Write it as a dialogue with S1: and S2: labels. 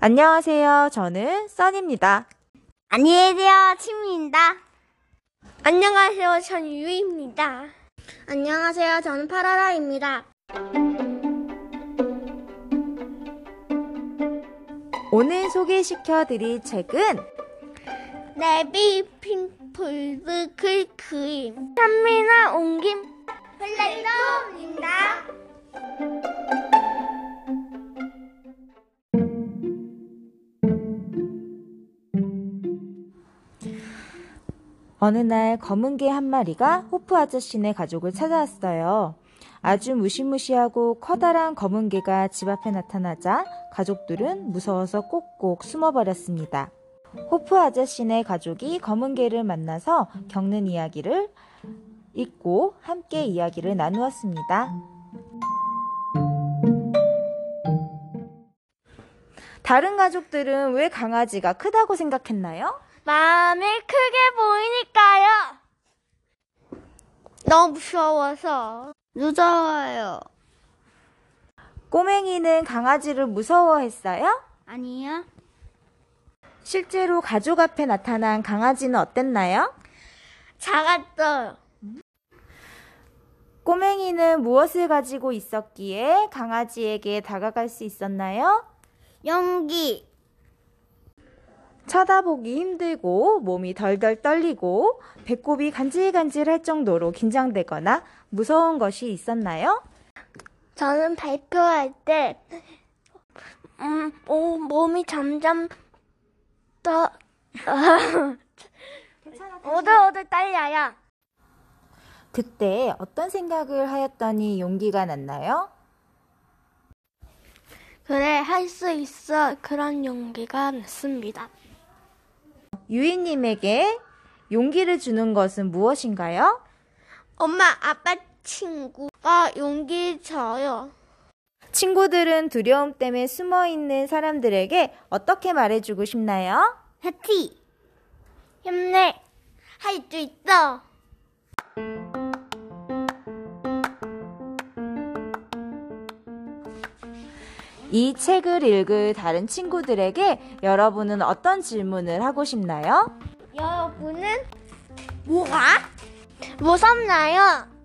S1: 안녕하세요. 저는 써니입니다.
S2: 안녕하세요, 치미입니다.
S3: 안녕하세요. 전 유입니다.
S2: 안녕하세요, 저는 파라라입니다.
S1: 오늘 소개시켜 드릴 책은
S3: 네비 핑플드 클크임. 찬미나 옹김.
S2: 플레이도입니다.
S1: 어느 날 검은 개 한 마리가 호프 아저씨네 가족을 찾아왔어요. 아주 무시무시하고 커다란 검은 개가 집 앞에 나타나자 가족들은 무서워서 꼭꼭 숨어버렸습니다. 호프 아저씨네 가족이 검은 개를 만나서 겪는 이야기를 읽고 함께 이야기를 나누었습니다. 다른 가족들은 왜 강아지가 크다고 생각했나요?
S3: 마음이 크게 보이니까요. 너무 무서워서.
S2: 무서워요.
S1: 꼬맹이는 강아지를 무서워했어요?
S2: 아니요?
S1: 실제로 가족 앞에 나타난 강아지는 어땠나요?
S3: 작았어요.
S1: 꼬맹이는 무엇을 가지고 있었기에 강아지에게 다가갈 수 있었나요?
S2: 연기.
S1: 쳐다보기 힘들고 몸이 덜덜 떨리고 배꼽이 간질간질할 정도로 긴장되거나 무서운 것이 있었나요?
S3: 저는 발표할 때, 음, 오, 몸이 점점 더, 오들오들 떨려요.
S1: 그때 어떤 생각을 하였더니 용기가 났나요?
S3: 그래, 할 수 있어. 그런 용기가 났습니다.
S1: 유이님에게 용기를 주는 것은 무엇인가요?
S3: 엄마, 아빠 친구가 용기 줘요.
S1: 친구들은 두려움 때문에 숨어 있는 사람들에게 어떻게 말해주고 싶나요?
S2: 해티.
S3: 힘내. 할 수 있어.
S1: 이 책을 읽을 다른 친구들에게 여러분은 어떤 질문을 하고 싶나요?
S3: 여러분은 뭐가 무섭나요?